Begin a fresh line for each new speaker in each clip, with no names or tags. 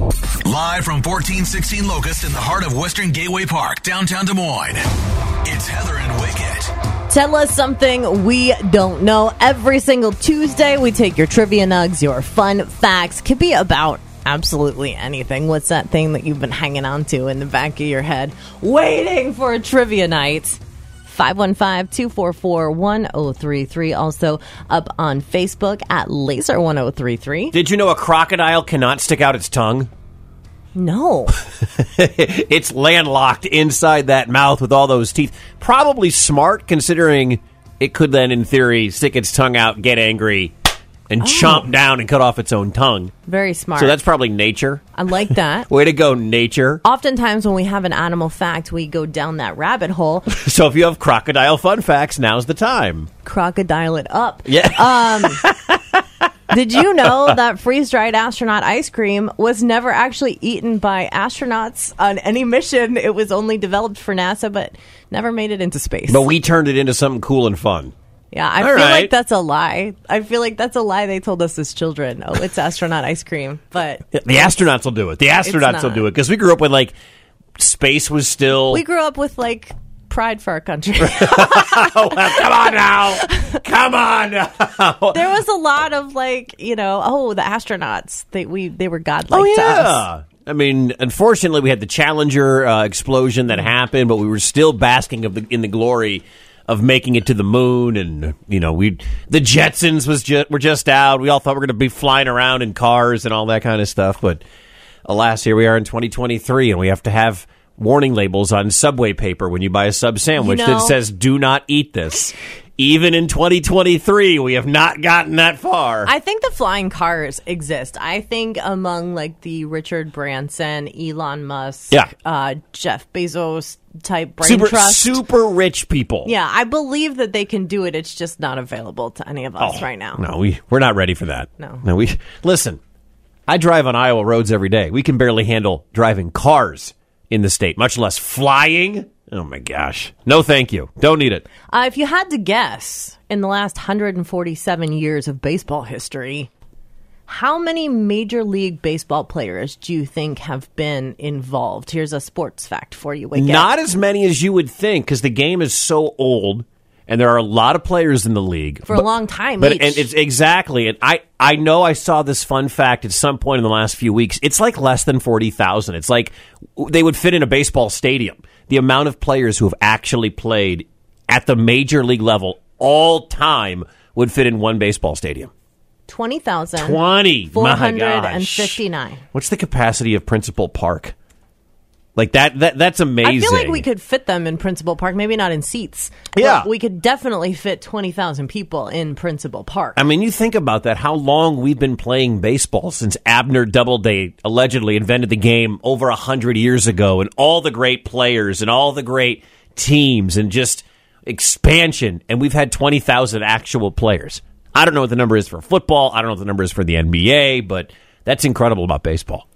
Live from 1416 Locust in the heart of Western Gateway Park, downtown Des Moines. It's Heather and Wicket.
Tell us something we don't know. Every single Tuesday, we take your trivia nugs, your fun facts. Could be about absolutely anything. What's that thing that you've been hanging on to in the back of your head, waiting for a trivia night? 515-244-1033 also up on facebook at laser1033
Did you know a crocodile cannot stick out its tongue?
no
It's landlocked inside that mouth with all those teeth. Probably smart considering it could then, in theory, stick its tongue out, get angry,
Oh.
and chomp down and cut off its own tongue.
very smart
So that's probably nature.
i like that
Way to go, nature.
oftentimes when we have an animal fact we go down that rabbit hole
So if you have crocodile fun facts, now's the time.
crocodile it up Um,
Yeah.
Did you know that freeze dried astronaut ice cream was never actually eaten by astronauts on any mission? It was only developed for NASA, but never made it into space.
but we turned it into something cool and fun.
yeah, I
All
feel like
right.
that's a lie. I feel like that's a lie they told us as children. Oh, it's astronaut ice cream. But
The astronauts will do it. The astronauts will
not.
do it because we grew up with like space was still.
we grew up with like pride for our country.
oh, come on now, come on now.
there was a lot of like, you know, oh, the astronauts. They we they were godlike
Oh,
to us.
I mean, unfortunately, we had the Challenger uh, explosion
Mm-hmm.
that happened, but we were still basking of the, in the glory of making it to the moon. And you know, we the Jetsons was ju- were just out. We all thought we were going to be flying around in cars and all that kind of stuff. But alas, here we are in 2023, and we have to have warning labels on subway paper when you buy a sub sandwich
know-
that says "Do not eat this." Even in 2023, we have not gotten that far.
I think the flying cars exist. I think among like the Richard Branson, Elon Musk,
Yeah.
uh, Jeff Bezos type brain
super
trust.
super rich people.
yeah, I believe that they can do it. It's just not available to any of us right now.
Oh, No, we we're not ready for that.
No.
no, we listen. I drive on Iowa roads every day. We can barely handle driving cars in the state, much less flying. Oh my gosh! No, thank you. Don't need it.
Uh, if you had to guess in the last 147 years of baseball history, how many Major League Baseball players do you think have been involved? Here's a sports fact for you. Wake
Not as many as you would think, because the game is so old, and there are a lot of players in the league
for a long time.
But
each.
and it's exactly, and I I know I saw this fun fact at some point in the last few weeks. It's like less than forty thousand. It's like w- they would fit in a baseball stadium. The amount of players who have actually played at the major league level all time would fit in one baseball stadium.
20,000.
Twenty, my
459.
gosh. What's the capacity of Principal Park? Like that, that that's amazing.
I feel like we could fit them in Principal Park, maybe not in seats. but
Yeah.
we could definitely fit twenty thousand people in Principal Park.
I mean, you think about that, how long we've been playing baseball since Abner Doubleday allegedly invented the game over 100 years ago, and all the great players and all the great teams and just expansion. And we've had 20,000 actual players. I don't know what the number is for football. I don't know what the number is for the NBA, but that's incredible about baseball.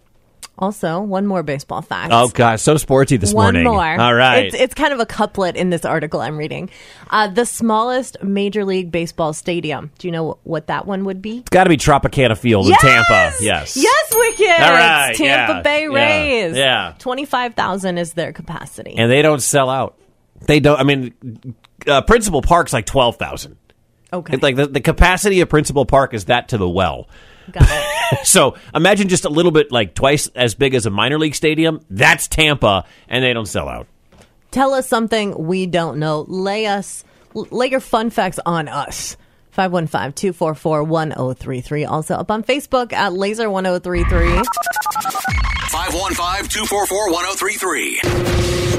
also, one more baseball fact.
Oh, gosh, so sporty this
one
morning.
more.
All right.
It's, it's kind of a couplet in this article I'm reading. Uh, the smallest Major League Baseball stadium. Do you know what that one would be?
it's got to be Tropicana Field in Tampa. Yes.
Yes, Wicked.
All right,
Tampa
yeah,
Bay
yeah,
Rays.
yeah.
25,000 is their capacity.
And they don't sell out. They don't, I mean, uh, Principal Park's like 12,000.
okay.
It's like the, the capacity of Principal Park is that to the well.
Got it.
So imagine just a little bit like twice as big as a minor league stadium. That's Tampa, and they don't sell out.
Tell us something we don't know. Lay us, l- lay your fun facts on us. 515-244-1033. Also up on Facebook at Laser1033.
515-244-1033.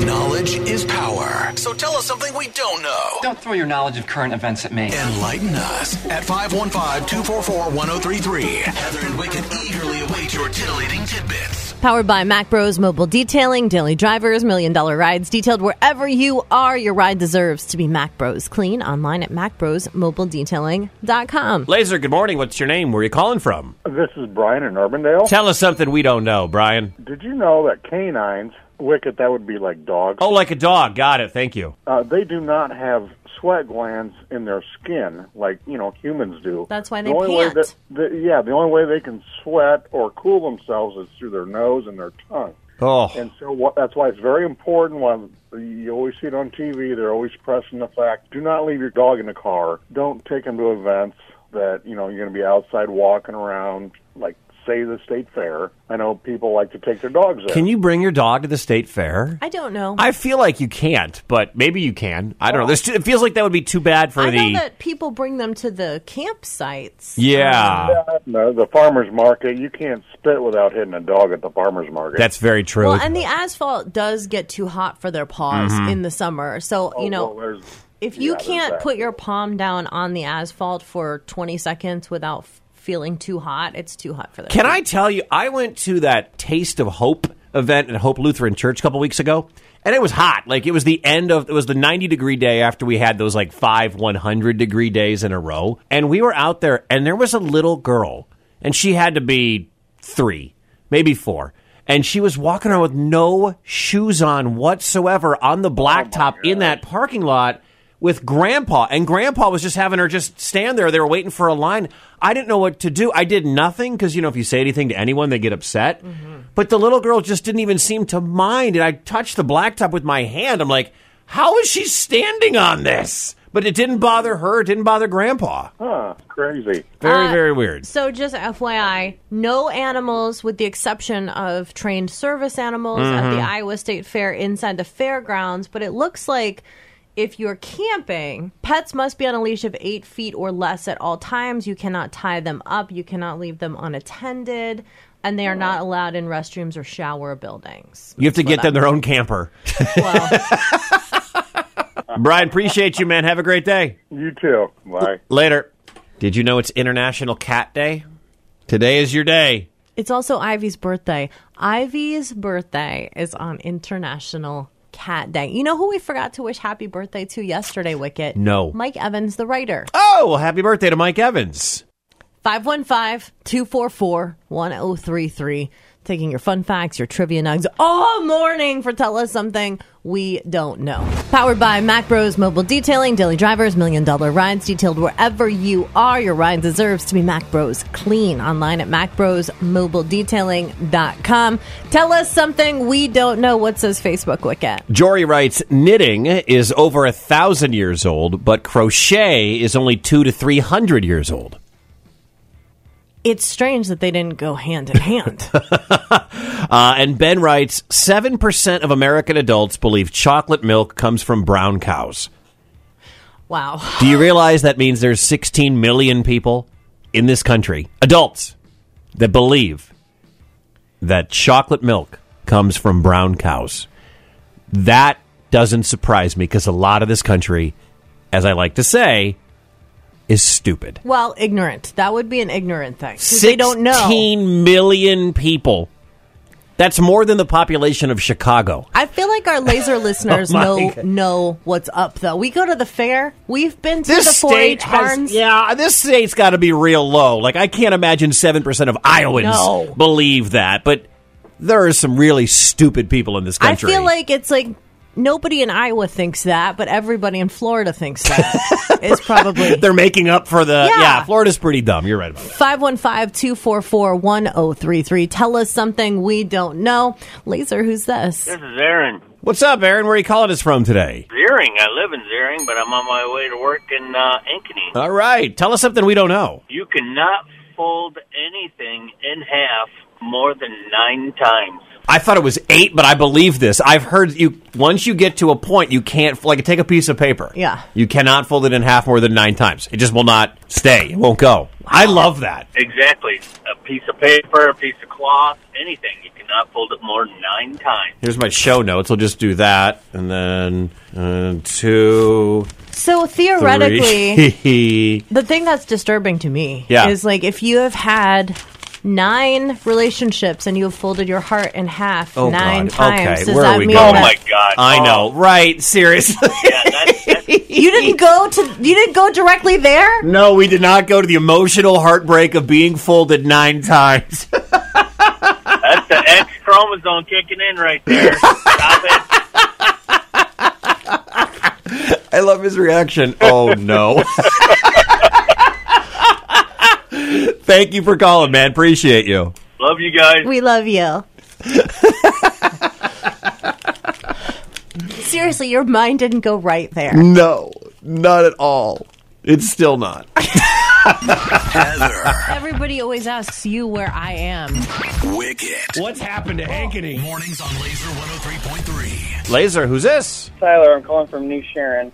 Knowledge is power. So tell us something we don't know.
Don't throw your knowledge of current events at me.
Enlighten us at 515-244-1033. Heather and Wicket eagerly await your titillating tidbits.
Powered by Mac Bros Mobile Detailing, Daily Drivers, Million Dollar Rides, detailed wherever you are. Your ride deserves to be Mac Bros Clean online at macbrosmobiledetailing.com.
Laser, good morning. What's your name? Where are you calling from?
This is Brian in Urbandale.
Tell us something we don't know, Brian.
Did you know that canines Wicket, that would be like dogs.
Oh, like a dog. Got it. Thank you.
Uh, they do not have sweat glands in their skin like you know humans do.
That's why
the
they
only way
pant.
that the, yeah, the only way they can sweat or cool themselves is through their nose and their tongue.
Oh.
And so what, that's why it's very important. When you always see it on TV, they're always pressing the fact: do not leave your dog in the car. Don't take him to events that you know you're going to be outside walking around, like say the state fair. I know people like to take their dogs there.
Can you bring your dog to the state fair?
I don't know.
I feel like you can't, but maybe you can. I don't know. There's too, it feels like that would be too bad for
I
the.
know that people bring them to the campsites.
yeah,
Yeah, no, the farmers market. You can't spit without hitting a dog at the farmers market.
that's very true.
Well, and the asphalt does get too hot for their paws
Mm-hmm.
in the summer. So, you know,
Oh, well, there's-
if you
yeah, there's
can't
that.
put your palm down on the asphalt for 20 seconds without f- feeling too hot, it's too hot for them.
Can I tell you? I went to that Taste of Hope event at Hope Lutheran Church a couple weeks ago, and it was hot. Like it was the end of it was the 90 degree day after we had those like five 100 degree days in a row, and we were out there, and there was a little girl, and she had to be three, maybe four. And she was walking around with no shoes on whatsoever on the blacktop in that parking lot with grandpa and grandpa was just having her just stand there they were waiting for a line i didn't know what to do i did nothing because you know if you say anything to anyone they get upset but the little girl just didn't even seem to mind and i touched the blacktop with my hand i'm like how is she standing on this but it didn't bother her it didn't bother grandpa
Huh, crazy.
very
Uh,
very weird
So, just FYI, no animals, with the exception of trained service animals at the Iowa State Fair inside the fairgrounds. But it looks like if you're camping, pets must be on a leash of eight feet or less at all times. You cannot tie them up, you cannot leave them unattended, and they are not allowed in restrooms or shower buildings.
you have to get them their own camper
Well,
brian appreciate you man have a great day
You too. Bye.
later did you know it's international cat day today is your day
it's also Ivy's birthday. Ivy's birthday is on International Cat Day. You know who we forgot to wish happy birthday to yesterday, Wicket?
No.
Mike Evans, the writer.
Oh, well, happy birthday to Mike Evans.
515-244-1033. Taking your fun facts, your trivia nugs all morning for Tell Us Something We Don't Know. Powered by Mac Bros Mobile Detailing, Daily Drivers, Million Dollar Rides, detailed wherever you are. Your ride deserves to be Mac Bros clean. Online at macbrosmobiledetailing.com. Tell us something we don't know. What says Facebook Wicket?
Jory writes, knitting is over a thousand years old, but crochet is only two to three hundred years old.
It's strange that they didn't go hand in hand.
Uh, and Ben writes, seven percent of American adults believe chocolate milk comes from brown cows.
wow.
Do you realize that means there's 16 million people in this country, adults, that believe that chocolate milk comes from brown cows? That doesn't surprise me because a lot of this country, as I like to say, is stupid.
Well, ignorant. That would be an ignorant thing. 'cause They don't know.
16 million people. That's more than the population of Chicago.
I feel like our laser listeners
Oh my
know
God.
know what's up though. We go to the fair. We've been to the
This
4-H
state
barns.
has, yeah, this state's got to be real low. Like I can't imagine seven percent of Iowans
No.
believe that, but there are some really stupid people in this
I
country.
feel like it's like nobody in Iowa thinks that, but everybody in Florida thinks that. it's probably
they're making up for the
Yeah.
yeah. Florida's pretty dumb. You're right about that.
515-244-1033. Tell us something we don't know. Laser, who's this?
This is Aaron
What's up, Aaron? Where are you calling us from today?
Ziering. I live in Ziering, but I'm on my way to work in uh, Ankeny.
All right, tell us something we don't know.
You cannot fold anything in half more than nine times.
I thought it was eight, but I believe this. I've heard you once you get to a point, you can't like take a piece of paper.
Yeah.
you cannot fold it in half more than nine times. It just will not stay. It won't go. I love that.
Exactly. A piece of paper, a piece of cloth, anything. You cannot fold it more than nine times.
Here's my show notes. I'll just do that, and then uh, two,
So theoretically,
three.
The thing that's disturbing to me
Yeah.
is like if you have had nine relationships and you have folded your heart in half
Oh,
nine
God.
times,
Okay,
does
where are
that
we
mean
going?
Oh
that
my God!
I
Oh,
know, right? Seriously.
Yeah, that's, that's,
you didn't go to you didn't go directly there?
no, we did not go to the emotional heartbreak of being folded nine times.
that's the X chromosome kicking in right there. Stop it.
I love his reaction. Oh no. Thank you for calling, man. Appreciate you.
Love you guys.
We love you. Seriously, your mind didn't go right there.
No, not at all. It's still not.
Heather.
Everybody always asks you where I am.
Wicket.
What's happened to Ankeny?
Mornings on Laser 103.3.
Laser, who's this?
Tyler, I'm calling from New Sharon.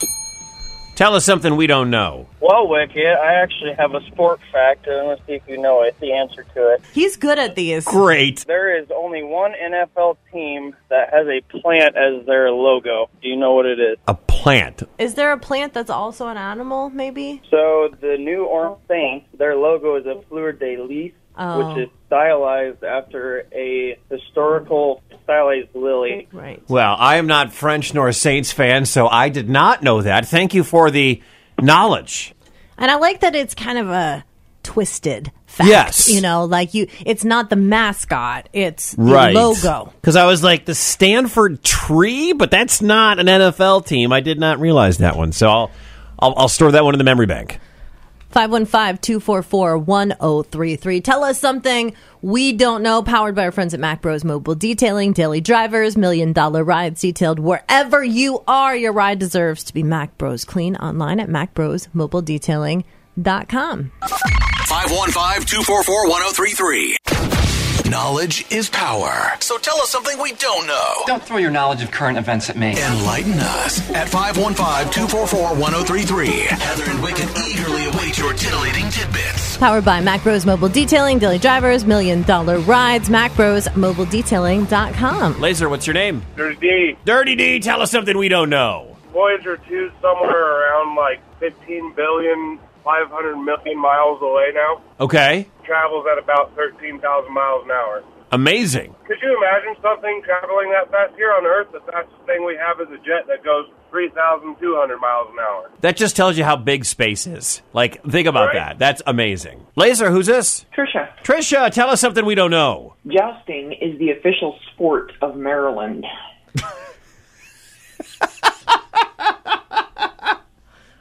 Tell us something we don't know.
Well, Wicket, I actually have a sport fact, and I'm going to see if you know it, the answer to it.
He's good at these.
Great.
There is only one NFL team that has a plant as their logo. Do you know what it is?
A plant.
Is there a plant that's also an animal, maybe?
So, the New Orleans Saints, their logo is a fleur de lis,
Oh.
which is stylized after a historical stylized lily.
Right.
Well, I am not French nor Saints fan, so I did not know that. Thank you for the knowledge.
And I like that it's kind of a twisted fact.
Yes.
You know, like you it's not the mascot, it's the logo.
Because I was like, the Stanford tree? But that's not an NFL team. I did not realize that one. So I'll, I'll, I'll store that one in the memory bank.
515-244-1033. Tell us something we don't know. Powered by our friends at Mac Bros Mobile Detailing, Daily Drivers, Million Dollar Rides Detailed. Wherever you are, your ride deserves to be Mac Bros Clean online at macbrosmobiledetailing.com.
515-244-1033. Knowledge is power. So tell us something we don't know.
Don't throw your knowledge of current events at me.
Enlighten us at 515-244-1033. Heather and Wicket eagerly await your titillating tidbits.
Powered by Mac Bros Mobile Detailing, Daily Drivers, Million Dollar Rides, macbrosmobiledetailing.com.
Laser, what's your name?
There's D.
Dirty D, tell us something we don't know.
Voyager 2 's somewhere around like 15 billion, 500 million miles away now.
Okay.
Travels at about 13,000 miles an hour.
Amazing.
Could you imagine something traveling that fast here on Earth? The fastest thing we have is a jet that goes 3,200 miles an hour.
That just tells you how big space is. Like, think about
Right.
that. That's amazing. Laser, who's this?
Trisha,
Trisha, tell us something we don't know.
jousting is the official sport of Maryland.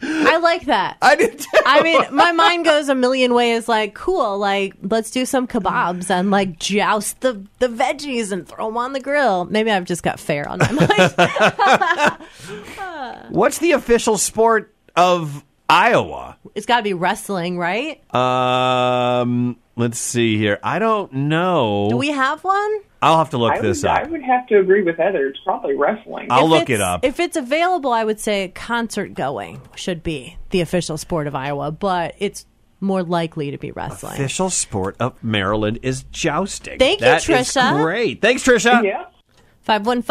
I like that.
I didn't.
I mean, my mind goes a million ways. Like, cool. Like, let's do some kebabs and like joust the the veggies and throw them on the grill. Maybe I've just got fair on my mind.
What's the official sport of Iowa?
it's got to be wrestling, right?
Um, let's see here. I don't know.
Do we have one?
I'll have to look
I would,
this
I
up.
would have to agree with Heather. It's probably wrestling.
I'll
If
look it
it's-
up.
If it's available, I would say concert going should be the official sport of Iowa, but it's more likely to be wrestling.
official sport of Maryland is jousting.
Thank you,
That is
Trisha.
great. Thanks, Trisha.
yeah.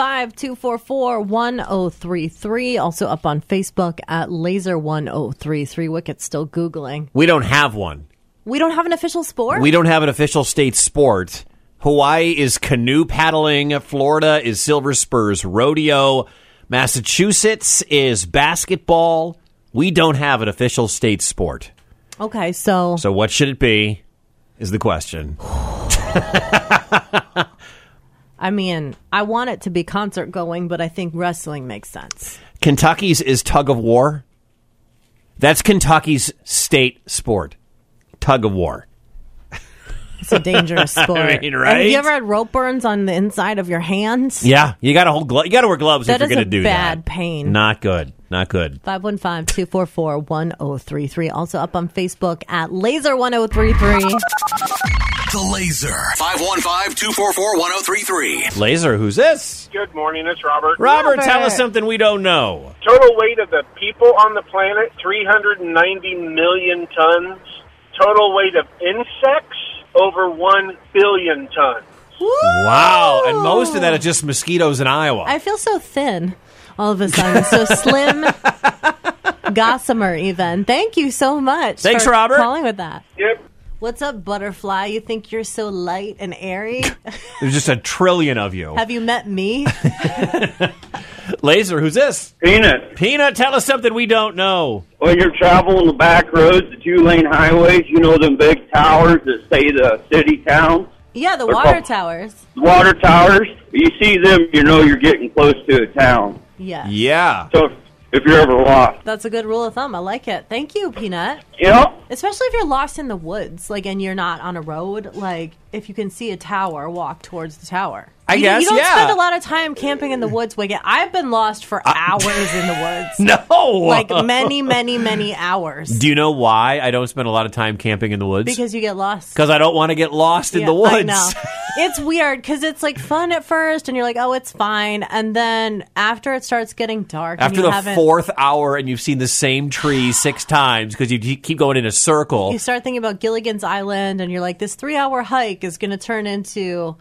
515-244-1033. Also up on Facebook at Laser1033. Wicket's still Googling.
We don't have one.
We don't have an official sport?
We don't have an official state sport. Hawaii is canoe paddling. Florida is Silver Spurs rodeo. Massachusetts is basketball. We don't have an official state sport.
Okay, so,
So what should it be? Is the question.
I mean, I want it to be concert going, but I think wrestling makes sense.
Kentucky's is tug of war. That's Kentucky's state sport. Tug of war.
It's a dangerous sport.
mean,
And Have
right?
you ever had rope burns on the inside of your hands?
Yeah, you got to hold glo- you got to wear gloves
That
if you're
is
going to
a
do
bad
that.
pain.
Not good. Not good.
515-244-1033. Also up on Facebook at Laser1033.
The Laser. 515-244-1033.
Laser, who's this?
Good morning, it's Robert.
Robert, tell us something we don't know.
Total weight of the people on the planet, 390 million tons. Total weight of insects, over 1 billion tons.
Wow, and most of that is just mosquitoes in Iowa.
I feel so thin all of a sudden. So slim. Gossamer even. Thank you so much.
Thanks,
for
Robert.
calling with that.
Yep.
What's up, butterfly? You think you're so light and airy?
There's just a trillion of you.
Have you met me?
Laser, who's this?
Peanut.
Peanut, tell us something we don't know.
When you're traveling the back roads, the two lane highways, you know them big towers that say the city town?
Yeah, the
They're
water
called-
towers.
Water towers. You see them, you know you're getting close to a town.
Yeah.
Yeah.
So if, if you're ever lost,
That's a good rule of thumb. I like it. Thank you, Peanut.
Yeah.
Especially if you're lost in the woods, like, and you're not on a road. Like, if you can see a tower, walk towards the tower.
I
you,
guess,
you don't
yeah.
spend a lot of time camping in the woods. Like, I've been lost for hours in the woods.
No.
like many, many, many hours
Do you know why I don't spend a lot of time camping in the woods?
because you get lost.
Because I don't want to get lost in
Yeah,
the woods.
I know. It's weird because it's like fun at first, and you're like, "Oh, it's fine," and then after it starts getting dark, and
After
you
the
haven't,
fourth hour, and you've seen the same tree six times because you you keep going in a circle.
you start thinking about Gilligan's Island, and you're like, "This three hour hike is going to turn into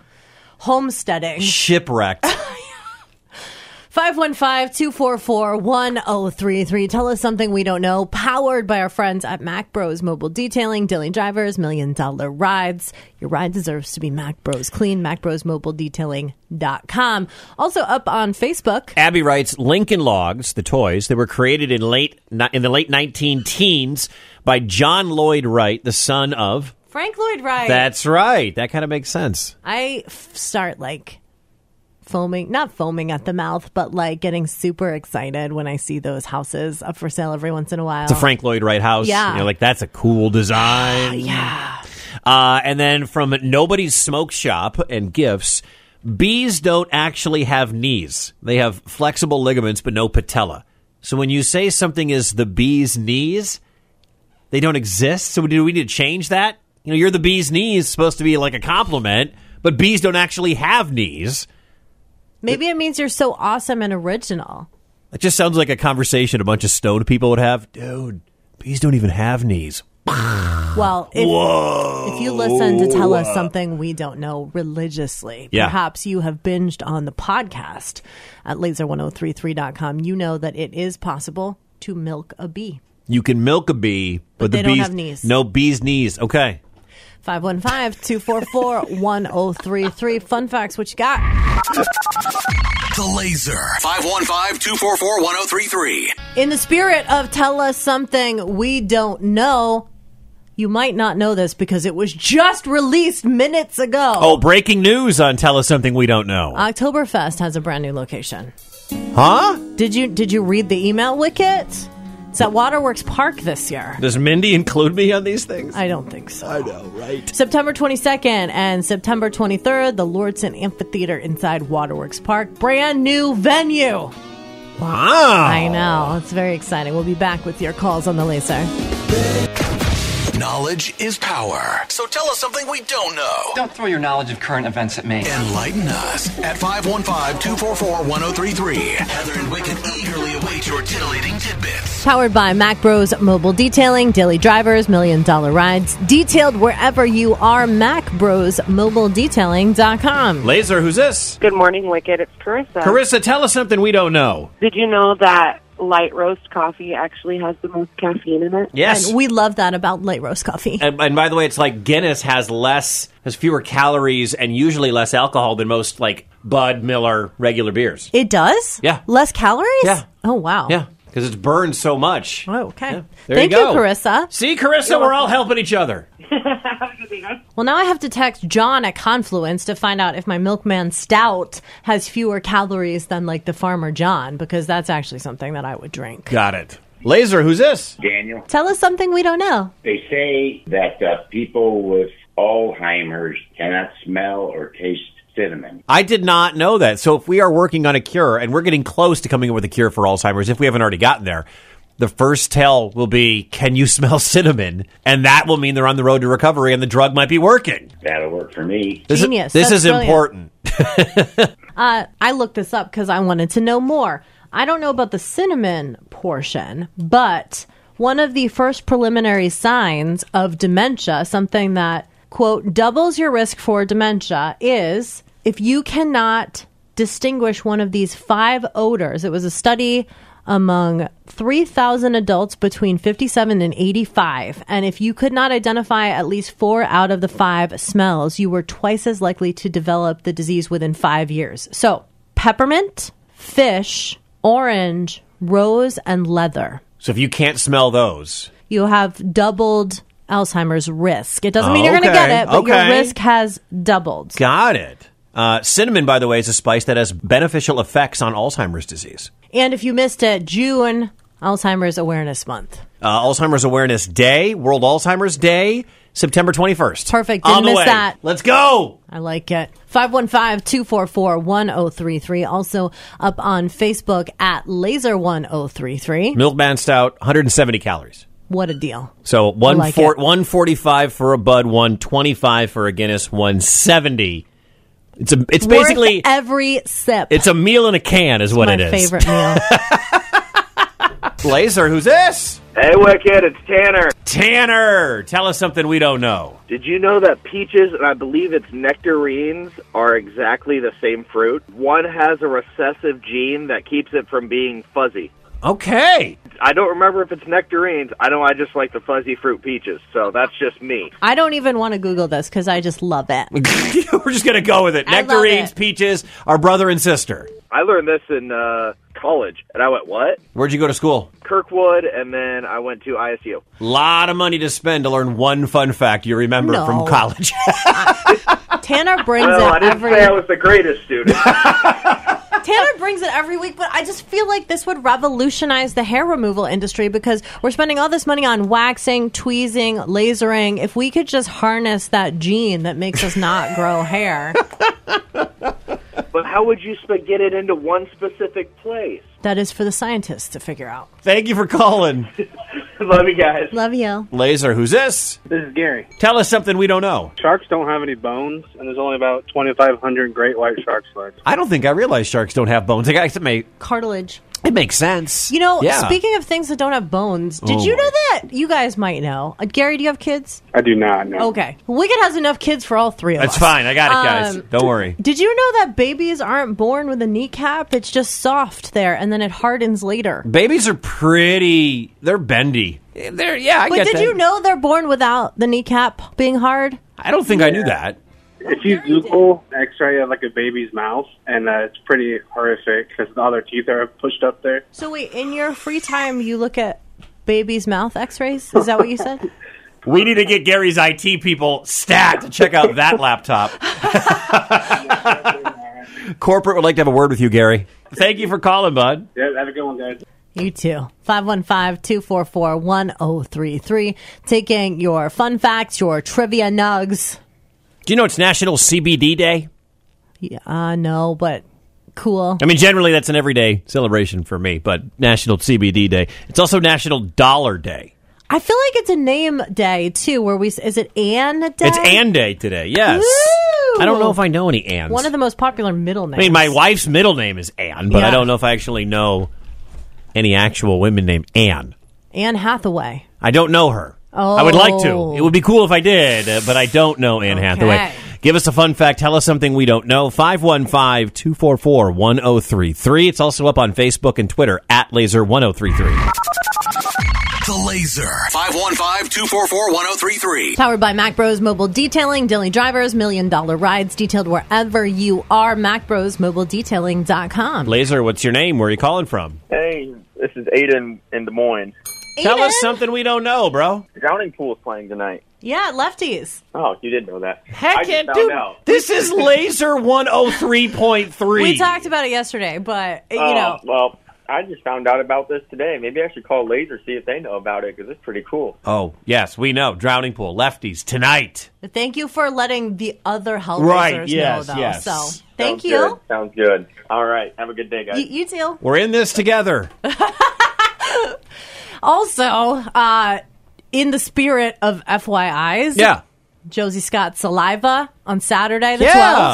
homesteading."
Shipwrecked.
515-244-1033. Tell us something we don't know. Powered by our friends at Mac Bros Mobile Detailing, Daily Drivers, Million Dollar Rides. Your ride deserves to be Mac Bros Clean, macbrosmobiledetailing.com. Also up on Facebook.
Abby writes Lincoln Logs, the toys that were created in late ni- in the late 19 teens by John Lloyd Wright, the son of.
Frank Lloyd Wright.
That's right. That kind of makes sense.
I f- start like foaming, not foaming at the mouth, but like getting super excited when I see those houses up for sale every once in a while.
It's a Frank Lloyd Wright house.
Oh. Yeah.
You're like, that's a cool design. yeah. Uh, and then from Nobody's Smoke Shop and Gifts, bees don't actually have knees. They have flexible ligaments, but no patella. So when you say something is the bee's knees, they don't exist. So do we need to change that? You know, you're the bee's knees is supposed to be like a compliment, but bees don't actually have knees.
Maybe it means you're so awesome and original.
That just sounds like a conversation a bunch of stoned people would have. Dude, bees don't even have knees.
Well, if,
Whoa.
if you listen to tell us something we don't know religiously,
Yeah.
perhaps you have binged on the podcast at laser1033.com. You know that it is possible to milk a bee.
You can milk a bee, but,
But
the
they don't
bees
have knees.
No bees knees. Okay.
515 244 1033. Fun facts, what you got?
The Laser. 515-244-1033.
In the spirit of tell us something we don't know, you might not know this because it was just released minutes ago.
Oh, breaking news on tell us something we don't know.
Uh, Oktoberfest has a brand new location.
Huh?
Did you did you read the email wicket? It's at Waterworks Park this year.
Does Mindy include me on these things?
I don't think so.
I know, right?
September 22nd and September 23rd, the Lordson Amphitheater inside Waterworks Park, brand new venue.
Wow.
I know. It's very exciting. We'll be back with your calls on the laser.
Knowledge is power. So tell us something we don't know.
Don't throw your knowledge of current events at me.
Enlighten us at 515-244-1033. Heather and Wicket eagerly await your titillating tidbits.
Powered by Mac Bros Mobile Detailing, Daily Drivers, Million Dollar Rides, detailed wherever you are, macbrosmobiledetailing.com.
Laser, who's this?
Good morning, Wicked. It's Carissa.
Carissa, tell us something we don't know.
Did you know that light roast coffee actually has the most caffeine in it?
Yes. And
we love that about light roast coffee.
And, and by the way, it's like Guinness has less, has fewer calories and usually less alcohol than most like Bud Miller regular beers.
It does?
Yeah.
Less calories?
Yeah.
Oh, wow.
Yeah, because it's burned so much.
Okay. Oh.
There
Thank
you
you,
go.
Carissa.
See, Carissa, we're all helping each other.
Well, now I have to text John at Confluence to find out if my Milkman Stout has fewer calories than like the Farmer John, because that's actually something that I would drink.
Got it. Laser, who's this?
Daniel.
Tell us something we don't know.
They say that uh, people with Alzheimer's cannot smell or taste cinnamon.
I did not know that. So if we are working on a cure and we're getting close to coming up with a cure for Alzheimer's, if we haven't already gotten there, the first tell will be, can you smell cinnamon? And that will mean they're on the road to recovery and the drug might be working.
That'll work for me.
This
Genius.
is, this
That's
is
brilliant.
important.
Uh, I looked this up because I wanted to know more. I don't know about the cinnamon portion, but one of the first preliminary signs of dementia, something that, quote, doubles your risk for dementia, is if you cannot distinguish one of these five odors. It was a study among 3,000 adults between 57 and 85. And if you could not identify at least four out of the five smells, you were twice as likely to develop the disease within five years. So, peppermint, fish, orange, rose, and leather.
So if you can't smell those,
You have doubled Alzheimer's risk. It doesn't
Oh,
mean you're going to
okay.
get it, but your
Okay.
risk has doubled.
Got it. Uh, cinnamon, by the way, is a spice that has beneficial effects on Alzheimer's disease.
And if you missed it, June Alzheimer's Awareness Month.
Uh, Alzheimer's Awareness Day, World Alzheimer's Day, September 21st.
Perfect.
On
Didn't
the
miss
way.
that.
Let's go.
I like it. 515-244-1033. Also up on Facebook at Laser1033.
Milkman Stout, 170 calories.
What a deal.
So one
like
four-
it.
145 for a Bud, 125 for a Guinness, 170. It's a it's
Worth
basically
every sip.
it's a meal in a can is what
my
it is.
favorite meal.
Laser, who's this?
Hey, Wicked, it's Tanner.
Tanner, tell us something we don't know.
Did you know that peaches and I believe it's nectarines are exactly the same fruit? One has a recessive gene that keeps it from being fuzzy.
Okay.
I don't remember if it's nectarines. I know I just like the fuzzy fruit peaches, so that's just me.
I don't even want to Google this because I just love it.
We're just gonna go with it.
I love
Nectarines,
it.
peaches, our brother and sister.
I learned this in uh, college, and I went, what?
Where'd you go to school?
Kirkwood, and then I went to ISU.
Lot of money to spend to learn one fun fact you remember
No.
from college.
Tanner brings
Well, I
it
didn't
every
say I was the greatest student.
Tanner brings it every week, but I just feel like this would revolutionize the hair removal industry because we're spending all this money on waxing, tweezing, lasering. If we could just harness that gene that makes us not grow hair,
but how would you sp- get it into one specific place?
that is for the scientists to figure out.
Thank you for calling.
Love you guys.
Love you.
Laser, who's this?
This is Gary.
Tell us something we don't know.
Sharks don't have any bones, and there's only about 2,500 great white sharks left.
I don't think I realize sharks don't have bones. I guess it, may,
Cartilage.
it makes sense.
You know,
Yeah.
speaking of things that don't have bones, did
Oh,
you know that? You guys might know. Uh, Gary, do you have kids?
I do not know.
Okay. Wicked has enough kids for all three of
That's
us.
fine. I got it, guys.
Um,
don't worry.
Did you know that babies aren't born with a kneecap? It's just soft there, and then it hardens later.
Babies are pretty. They're bendy. They're yeah. I
but
get
did
that.
you know they're born without the kneecap being hard?
I don't think I knew that.
If you Google an X-ray of like a baby's mouth, and uh, it's pretty horrific because all their teeth are pushed up there.
So wait, in your free time, you look at babies' mouth X-rays. Is that what you said?
We need to get Gary's IT people stacked to check out that laptop. Corporate would like to have a word with you, Gary. Thank you for calling, bud.
Yeah, have a good one, guys.
You too. 515-244-1033. Taking your fun facts, your trivia nugs.
Do you know it's National CBD Day?
Yeah, uh, no, but cool.
I mean, generally that's an everyday celebration for me, but National CBD Day. It's also National Dollar Day.
I feel like it's a name day too, where we is it Ann Day?
It's Ann Day today. Yes.
Ooh.
I don't know if I know any Anns.
One of the most popular middle
I
names.
mean, my wife's middle name is Ann, but I
Yeah.
don't know if I actually know any actual women named Ann.
Anne Hathaway.
I don't know her. I would like to.
Oh.
It would be cool if I did, uh, but I don't know Anne Hathaway. Give us a fun fact. Tell us something we don't know. 515 244 1033. It's also up on Facebook and Twitter at laser1033.
The Laser. 515-244-1033.
Powered by Mac Bros Mobile Detailing, Daily Drivers, Million Dollar Rides, detailed wherever you are. MacBrosMobileDetailing.com.
Laser, what's your name? Where are you calling from?
Hey, this is Aiden in Des Moines.
Tell us something we don't know, bro.
Drowning Pool's playing tonight.
Yeah, lefties.
Oh, you didn't know that.
Heck
I
yeah,
just found
dude.
out.
This is Laser 103.3.
We talked about it yesterday, but you
Oh,
know,
Well, I just found out about this today. Maybe I should call Laser see if they know about it because it's pretty cool.
oh, yes, we know. Drowning Pool, lefties, tonight.
thank you for letting the other Hellraisers
Right, yes,
know, though.
yes.
So thank
Sounds
you.
Good. Sounds good. All right. Have a good day, guys.
Y- you too.
We're in this together.
Also, uh, in the spirit of FYIs,
Yeah.
Josie Scott Saliva on Saturday the
Yeah,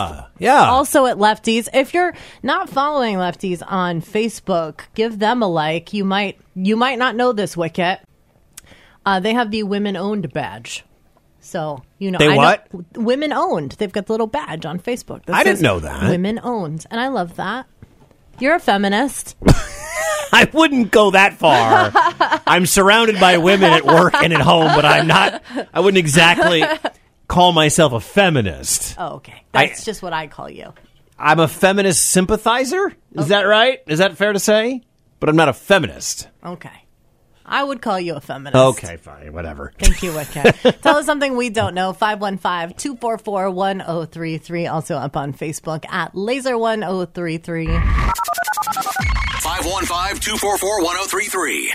12th.
yeah.
Also at Lefties. If you're not following Lefties on Facebook, give them a like. You might you might not know this Wicket. Uh, they have the women owned badge. So, you know,
They
I
what?
women owned. They've got the little badge on Facebook. that
I didn't
says
know that.
Women owned. And I love that. You're a feminist.
I wouldn't go that far. I'm surrounded by women at work and at home, but I'm not. I wouldn't exactly call myself a feminist.
Oh, okay.
I-
That's just what I call you.
I'm a feminist sympathizer. Is that right? Is that fair to say? But I'm not a feminist.
Okay. I would call you a feminist.
Okay, fine, whatever.
Thank you, Wicket. Tell us something we don't know. 515 244 1033. Also up on Facebook at laser1033.
515 244 1033.